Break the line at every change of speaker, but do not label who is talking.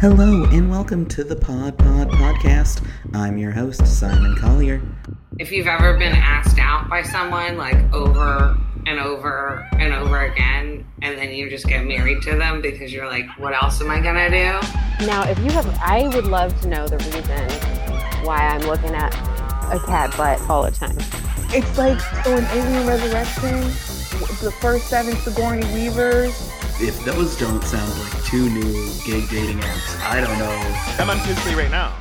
Hello and welcome to the Pod Pod Podcast. I'm your host, Simon Collier.
If you've ever been asked out by someone like over and over and over again, and then you just get married to them because you're like, what else am I gonna do?
Now, if you have, I would love to know the reason why I'm looking at a cat butt all the time.
It's like so in Alien Resurrection, the first seven Sigourney Weavers.
If those don't sound like two new gay dating apps, I don't know.
I'm on Tisley right now.